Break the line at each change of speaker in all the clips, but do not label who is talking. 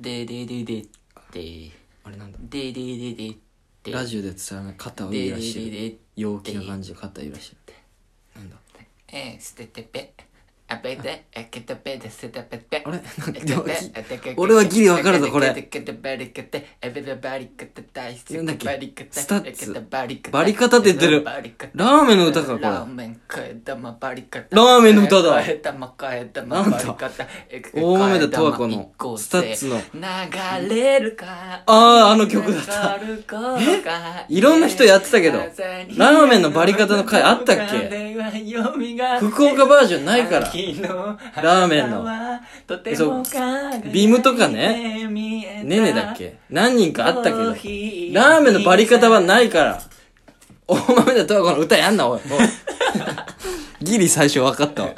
ででででで
あれなんだ
ででででで
ラジオで伝わらない肩を
で
揺
で
らして
で
る
で
陽気な感じで肩揺らしてるなんだ
えー捨ててぺあべであけてぺで捨ててぺぺ
あれなんかでも俺はギリわかるぞこれなんだっけスタッツバリカタって言ってるラーメンの歌かこれ
ラーメン替え玉バリカタ
ラーメンの歌だ
替え玉替え玉
なん
バ
だ
リカタ
大豆田
と
十
わ
和子のスタッツの
流れるか
あーあの曲だった
流れる頃か
いろんな人やってたけど
朝に
ラーメンのバリカタの回あったっけ
風は蘇って
福岡バージョンないから
秋の花
ラーメンの
はとて
そう
も輝いて
ビームとかね
見えた
ねねだっけ何人かあったけど
コーヒー
ラーメンのバリ方はないから大豆田十和子の歌やん なおいおいギリ最初分か ったわ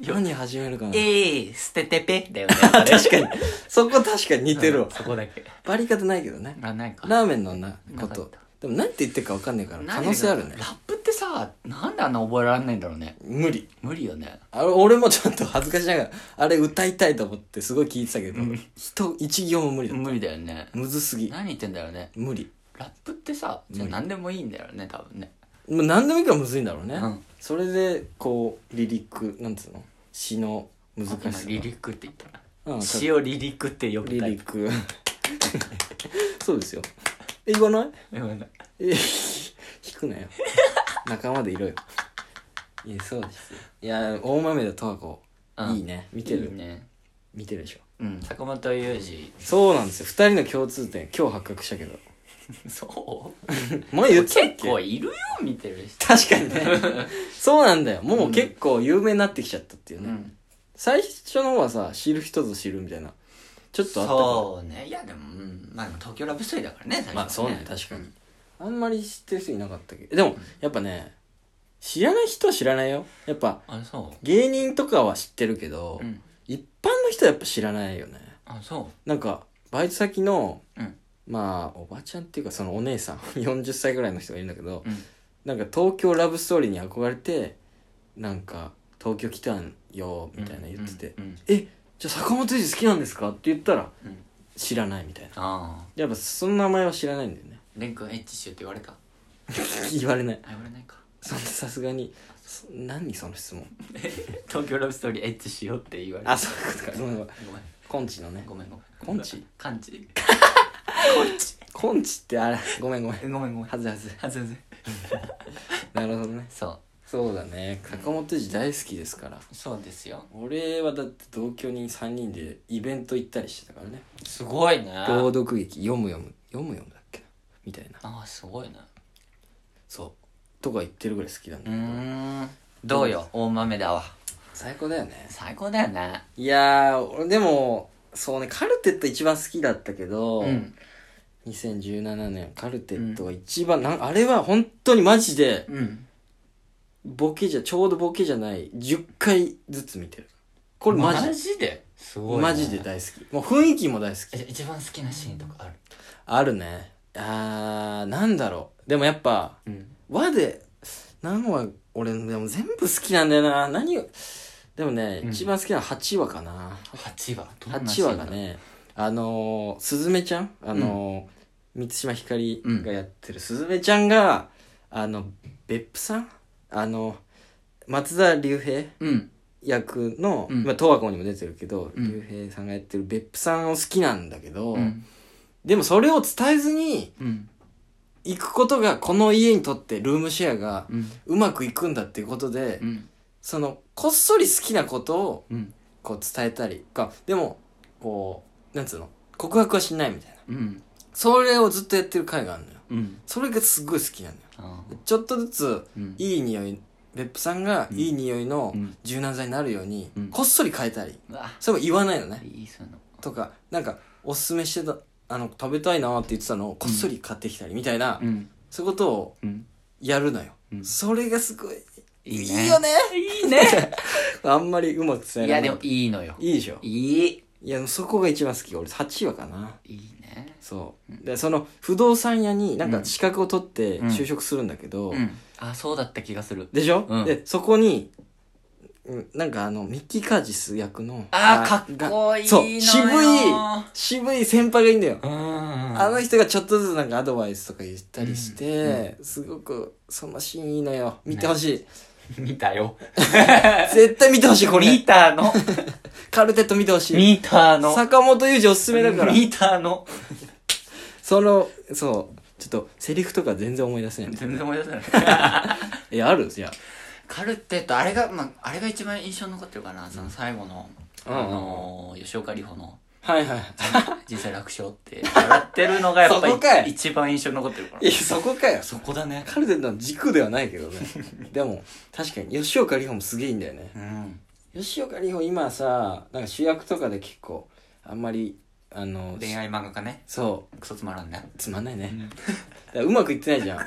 何始めるかな
えー、捨ててぺだよね
あ 確かにそこ確かに似てるわ
そこだけ
バリ方ないけどね
あないか
ラーメンのなこ
なかっ
と
た
でもなんて言ってるか分かんないから
何
可能性あるね
ラップってさなんであんな覚えられないんだろうね
無理
無理よね
あれ俺もちょっと恥ずかしながらあれ歌いたいと思ってすごい聞いてたけど、人一行も無理だ、
無理だよね
むずすぎ
何言ってんだろうね
無理
ラップってさじゃあ何でもいいんだよね多分ね
もう何でもいいからむずいんだろうね、
うん
それでこうリリックなんつうの詩の難
今
しさ
リリックって言った
うん
な詩をリリックって呼び
リ
た
リ
い
ック そうですよえ言わない
うん
え 引くなよ仲間でいろよいやそうですよいや大豆だ十和子
うん
いいね見てる
いいね
見てるでしょ
うん坂本雄二
そうなんですよ二人の共通点今日発覚したけど
そう
前言ってたっ
結構
け
いるよ見てる人
確かに ねそうなんだよもう結構有名になってきちゃったっていう
う
ね、
ん
最初の方はさ知る人ぞ知るみたいなちょっとあったか
そうねいやでもうんまあ東京ラブストーリーだからね最初
ら
は
まあそうね確かに、あんまり知ってる人いなかったけどでもやっぱね知らない人は知らないよやっぱ
あそ
芸人とかは知ってるけど、
ううん
一般の人はやっぱ知らないよね
あそ
なんかバイト先の
ううん
まあおばちゃんっていうかそのお姉さん 40歳ぐらいの人がいるんだけど、
うん
なんか東京ラブストーリーに憧れてなんか東京来たんよみたいな言ってて、
うんうん
えじゃあ坂本龍二好きなんですかって言ったら
うん
知らないみたいな
ああ
やっぱその名前は知らないんだよね
蓮君エッチしようって言われたあ
言われない
言われないか
そんなさすがにそ何その質問
東京ラブストーリーエッチしようって言われた
あそういうことかごめんごめん
ごめん
コンチのね
ごめんごめん
コンチ
カンチ
コンチってあれごめんごめん
ごめんごめん
はずはず
あ全然
なるほどね
そ
そうだね坂本龍二大好きですから
うそうですよ
俺はだって同居人3人でイベント行ったりしてたからね
すごいね
朗読劇読む読む読む読むだっけなみたいな
ああすごいね
そうとか言ってるぐらい好きなん
う
だけど、
ーんどうよ大豆だわ
最高だよね
最高だよね
いやー俺でもそうねカルテット一番好きだったけど、
うん
2017年カルテットが一番、なんあれは本当にマジで
うん
ボケじゃちょうどボケじゃない10回ずつ見てるこれマジ
ですごいね
マジで大好きもう雰囲気も大好き
え一番好きなシーンとかある
あるね。あー、なんだろう。でもやっぱ、
うん
和で、何話、俺、でも全部好きなんだよな。何を、でもね、
うん
一番好きなのは8話かな。
8話どんなシ
8
ーン
話がね、あのー、すずめちゃんあのー、満島ひかりがやってるすずめちゃんが、あの、別府さんあの、松田龍平
うん
役の、
うん
まあ、十和子にも出てるけど、
うん
龍平さんがやってる別府さんを好きなんだけど、
うん
でもそれを伝えずに、
うん
行くことがこの家にとってルームシェアが
うん
うまくいくんだっていうことで、
うん
そのこっそり好きなことを
うん
こう伝えたりかでもこうなんつうの告白はしないみたいな
うん
それをずっとやってる回があるのよ
うん
それがすっごい好きなのよ
あ
ちょっとずつ
ーうん
いい匂い別府さんがいい匂いの
うん
柔軟剤になるように
うん
こっそり変えたり
うわ
それも言わないのね
いいその
とかなんかおすすめしてたあの食べたいなって言ってたのをこっそり買ってきたりみたいな、
うん
そういうことを
うん
やるのよ、
うん
それがすごいい
いい
い
ね
よね
いいね
あんまりうまく伝え
い
ら
や
れない
でもいいのよ
いいでしょ
いい
いやそこが一番好き俺8話かない
いね
そうでその不動産屋になんか資格を取って
うん
就職するんだけど、
うんあそうだった気がする
でしょ、
うん
でそこにうん、なんかあの、ミッキー・カージス役の。
あーかっこいいのよ
がそう、渋い、渋い先輩がいいんだよ。あ
あ
の人がちょっとずつなんかアドバイスとか言ったりして、すごく、そのシーンいいのよ。見てほしい。
見た よ。
絶対見てほしい、こ
見
れ。
た の。
カルテット見てほしい。
見たの。
坂本雄二おすすめだから。
見たの。
その、そう、ちょっと、セリフとか全然思い出せない。
全然思い出せ ない。
いや、あるいや。
カルテット、あれが、まあ、あれが一番印象に残ってるかな。その最後の、あ
うん
のー、吉岡里帆 の。
はいはい。
実際楽勝ってやってるのがやっぱ
そこかい
り一番印象に残ってるから
いや、そこかよ。
そこだね
カルテットの軸ではないけどね。 でも、確かに、吉岡里帆もすげえいいんだよね。
うん
吉岡里帆今さ、なんか主役とかで結構、あんまり、あの、
恋愛漫画家ね
そ
クソつまらんね
う、つまんないね。 だからうまくいってないじゃん。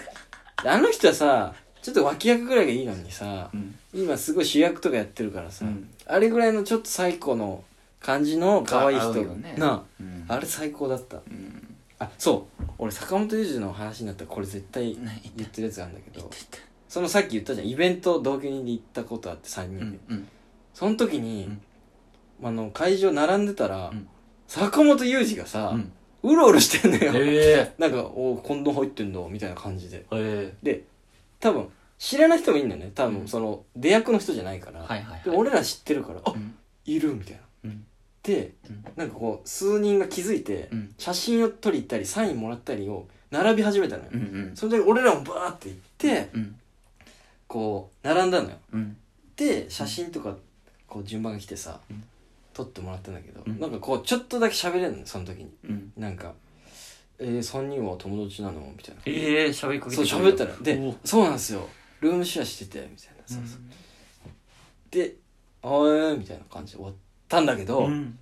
であの人はさ、ちょっと脇役ぐらいがいいのにさ、
うん
今すごい主役とかやってるからさ、
うん
あれぐらいのちょっと最高の感じの可愛い
あ合
人
うよ、ね
なあ、
うん
あれ最高だった。
うん
あ、そう、俺坂本龍二の話になったらこれ絶対
ね言って
言ってるやつがあるんだけ
言っ
ど
て、
そのさっき言ったじゃん、イベント同居人で行ったことあって3人
言
で。
ってうん
その時に、あの、会場並んでたら、
うん
坂本龍二がさ、
うん
うろうろしてんの
うん
よ。
え
なんか、おコンドーム入ってんだ、みたいな感じで。
ええ
で多分知らない人もいるんだよね多
う
分
ん
その出役の人じゃないから、
はいはい
で
はい
俺ら知ってるから「あ
うん
いる」みたいな
うん
で
うん
なんかこう数人が気づいて、
うん
写真を撮り行ったりサインもらったりを並び始めたのよ、
うんうん
それで俺らもバーって行って
うん
こう並んだのよ
うん
で写真とかこう順番が来てさ、
うん
撮ってもらったんだけど、
うん
なんかこうちょっとだけ喋れるのよその時に
うん
なんか「えー、3人は友達なの?」みたいな
ええ喋りかけ
そう
て
喋ったら「
お
で
う
そうなんですよルームシェアしてて」みたいなそうそうで「あーみたいな感じで終わったんだけど、
うん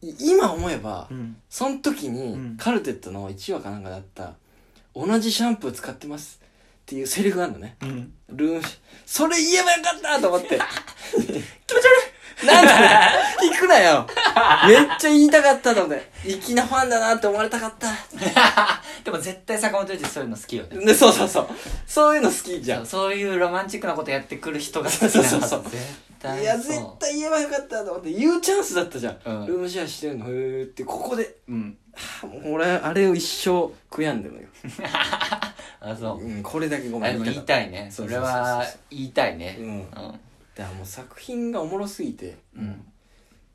い今思えば
うん
その時
うん
にカルテットの1話かなんかだった「同じシャンプー使ってます」っていうセリフがあるのね
うん
ルームシェアそれ言えばよかったと思って 気持ち悪いなんだよ行くな よめっちゃ言いたかったと思って粋なファンだなって思われたかった
でも絶対坂本龍一そういうの好きよね
でそうそうそうそういうの好きじゃん
そうそういうロマンチックなことやってくる人が好き
そう
な
そ
は
う
ず
そう
絶対
いや
そう
絶対言えばよかったと思って言うチャンスだったじゃん、
うん
ルームシェアしてるのへーってここで
うん
はあもう俺あれを一生悔やんでるのよ、
あそう
うん、これだけごめ
あ
ん
でも言い
い
たいね
そ
そうれ
そうそうそう
は言いたいね
うん
うん
だからもう作品がおもろすぎて、
うん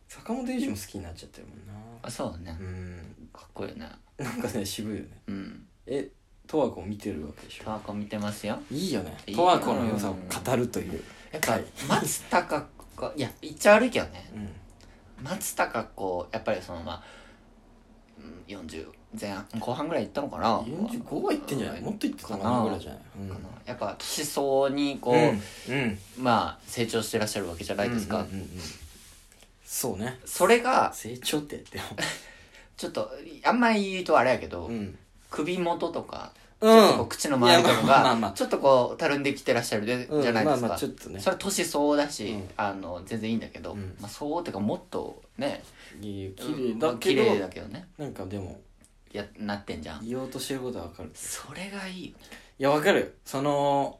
坂本龍二も好きになっちゃってるもんな
あそうだね
うん
かっこいいよね
なんかね渋いよね
うん
え十和子を見てるわけでし
タ
ょ
ワコ見てますよ
いいよね
いい
十和子の良さを語るという
やっぱ
はい
松たか子いや言っちゃ悪いけどね
うん
松たか子やっぱりそのまあうん40前半後半ぐらいいったのかな
45はいってんじゃないもっといってたのかなぐらいじゃないうん
かなやっぱ岸層にこ
うん
う
うん
まあ成長してらっしゃるわけじゃないです
う
か
んうんうんうんそうね
それが
成長ってでも
ちょっとあんまり言うとあれやけど
ん
首元とかち
うん
ょっとこう口の周りと
いや
か
まあまあまあ
がちょっとこうたるんできてらっしゃるで
うん
じゃないです
まあまあ
か
ちょっとね
それは年相応だし、
うん
あの全然いいんだけど、
うん
まあ、相応っていうかもっとね
いい綺麗だ
うん
け
綺
ど
麗だけどね
なんかでも
やなってんじゃん
言おうとしてることはわかる
それがいいよね
いやわかるその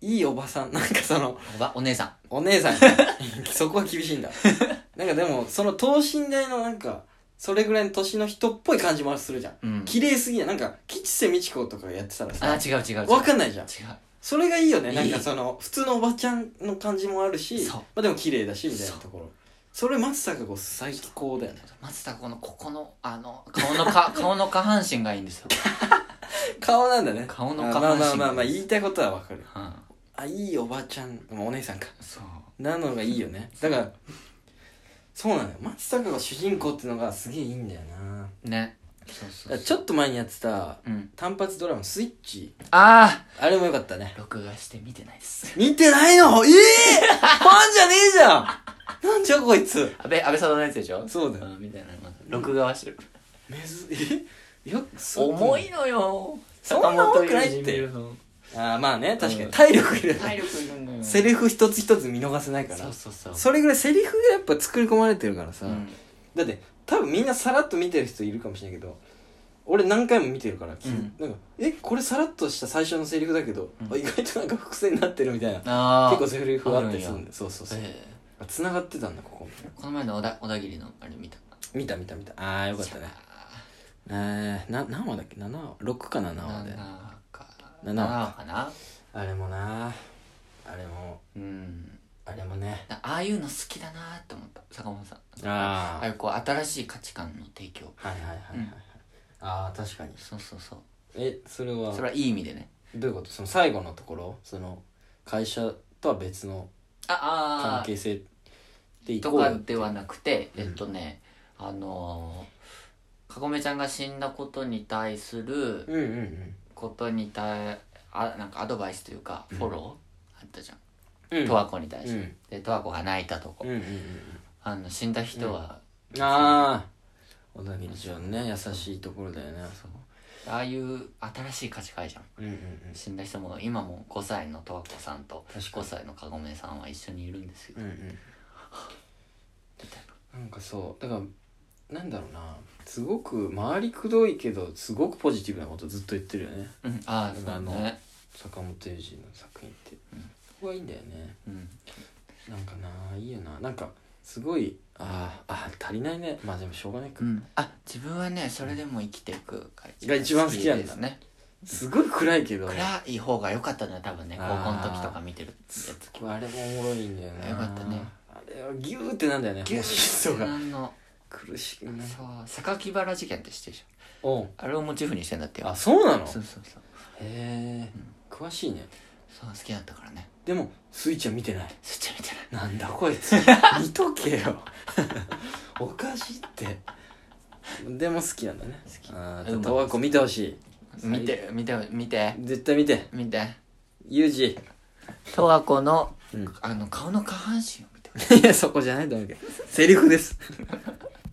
いいおばさんなんかその
おばお姉さ
お姉さん そこは厳しいんだなんかでもその等身大のなんかそれぐらいの年の人っぽい感じもするじゃん
ん、うん、
綺麗すぎないなんか吉瀬美智子とかやってたら
あ
さ
違う違う違う
わかんないじゃん
違
それがいいよね
いい
なんかその普通のおばちゃんの感じもあるし
そう
まあでも綺麗だしみたいなところそれ松坂子最高だよね
う松田このここのあの顔のか顔の下半身がいいんですよ、
顔なんだね
顔の
あ
下
まあ
半身
まあまあまあ言いたいことはわかる
うん、
あいいおばちゃんまあお姉さんか
そう
なのがいいよねだからそうなのよ松坂が主人公ってのがすげえいいんだよな
ねそうそ
だ
う
か
そう
らちょっと前にやってた
うん、
単発ドラマ「スイッチ
あ」
あれもよかったね
あ録画して見てないです
見てないのええファンじゃねえじゃんなんじゃこいつ
安倍安倍さんのやつでしょ
そうだよ
んみたいなまだ録画はしてる
めずえよそう
重いのよ
そんな重くな
坂本
い
龍
っ
二
て
見るの
ああまあね確か
う
に
ん
体力いるよね
体力いるのよ
セリフ一つ一つ見逃せないから
そうそうそう
それぐらいセリフがやっぱ作り込まれてるからさ、
うん
だって多分みんなさらっと見てる人いるかもしれないけど俺何回も見てるから、き
うん
なんかえこれさらっとした最初のセリフだけど、
うん
あ意外となんか伏線になってるみたいな
ああ
結構セリフあったりするんでそうそうそう、
え
あ繋がってたんだここも
この前の小田小田切のあれ見た
見た見た見たああよかったねえー、な何話だっけ7話6か7話で
7話か
七話
かな
あれもなあれも
うん
あれもね
ああいうの好きだなって思った坂本さんあ
あ
あいうこう新しい価値観の提供
あはいはいはいはい、
う
はい
ん
ああ確かに
そうそうそう
えそれは
それはいい意味でね
どういうことその最後のところその会社とは別の関
ああ
係性でい
と
うよ
かではなくて
うん
えっとねあのーかごめちゃんが死んだことに対する
うんうんうん
ことに対あなんかアドバイスというかフォローあったじゃん
うん
十和子に対
う
して
ん
で十和子が泣いたとこ
うんうんうん
あの死んだ人は
うんああ小田切ちゃんね優しいところだよね
そうああいう新しい価値観じゃん
うんうんうん
死んだ人も今も5歳の十和子さんと
確
5
かに
歳のかごめさんは一緒にいるんですよ
うんうん
みたいな
なんかそうだからなんだろうなすごく回りくどいけどすごくポジティブなことずっと言ってるよね
うんああそうだ
あの
ね
坂本龍二の作品って、
うん
そこがいいんだよね
うん
なんかないいよななんかすごいあーあー足りないねまあでもしょうがないか、
うん、あ自分はねそれでも生きていくが
が一番好きなんだ
ですね
すごい暗いけど
暗い方が良かったんだよ多分ね高
あー
校の時とか見てるやつ
あれもおもろいんだよね
よかったね
あれはギューってなんだよね
ギュ
そ
ー
うが
なんの
苦しいね
そう榊原事件って知ってるでしょ
おん
あれをモチーフにしてんだってよ
あそうなのへ
そうそうそう
え詳しいね
そう好きだったからね
でもスイちゃん見てない
そっちゃ見てない
なんだこい つ見とけよ おかしいってでも好きなんだね
好き
あ
う
あ
まい
十和子見てほし
見て見て見て
い絶対見て
見て
ユ ージ
十和子の
うん
あの顔の下半身を見て
いや、そこじゃないと思うけど。セリフです。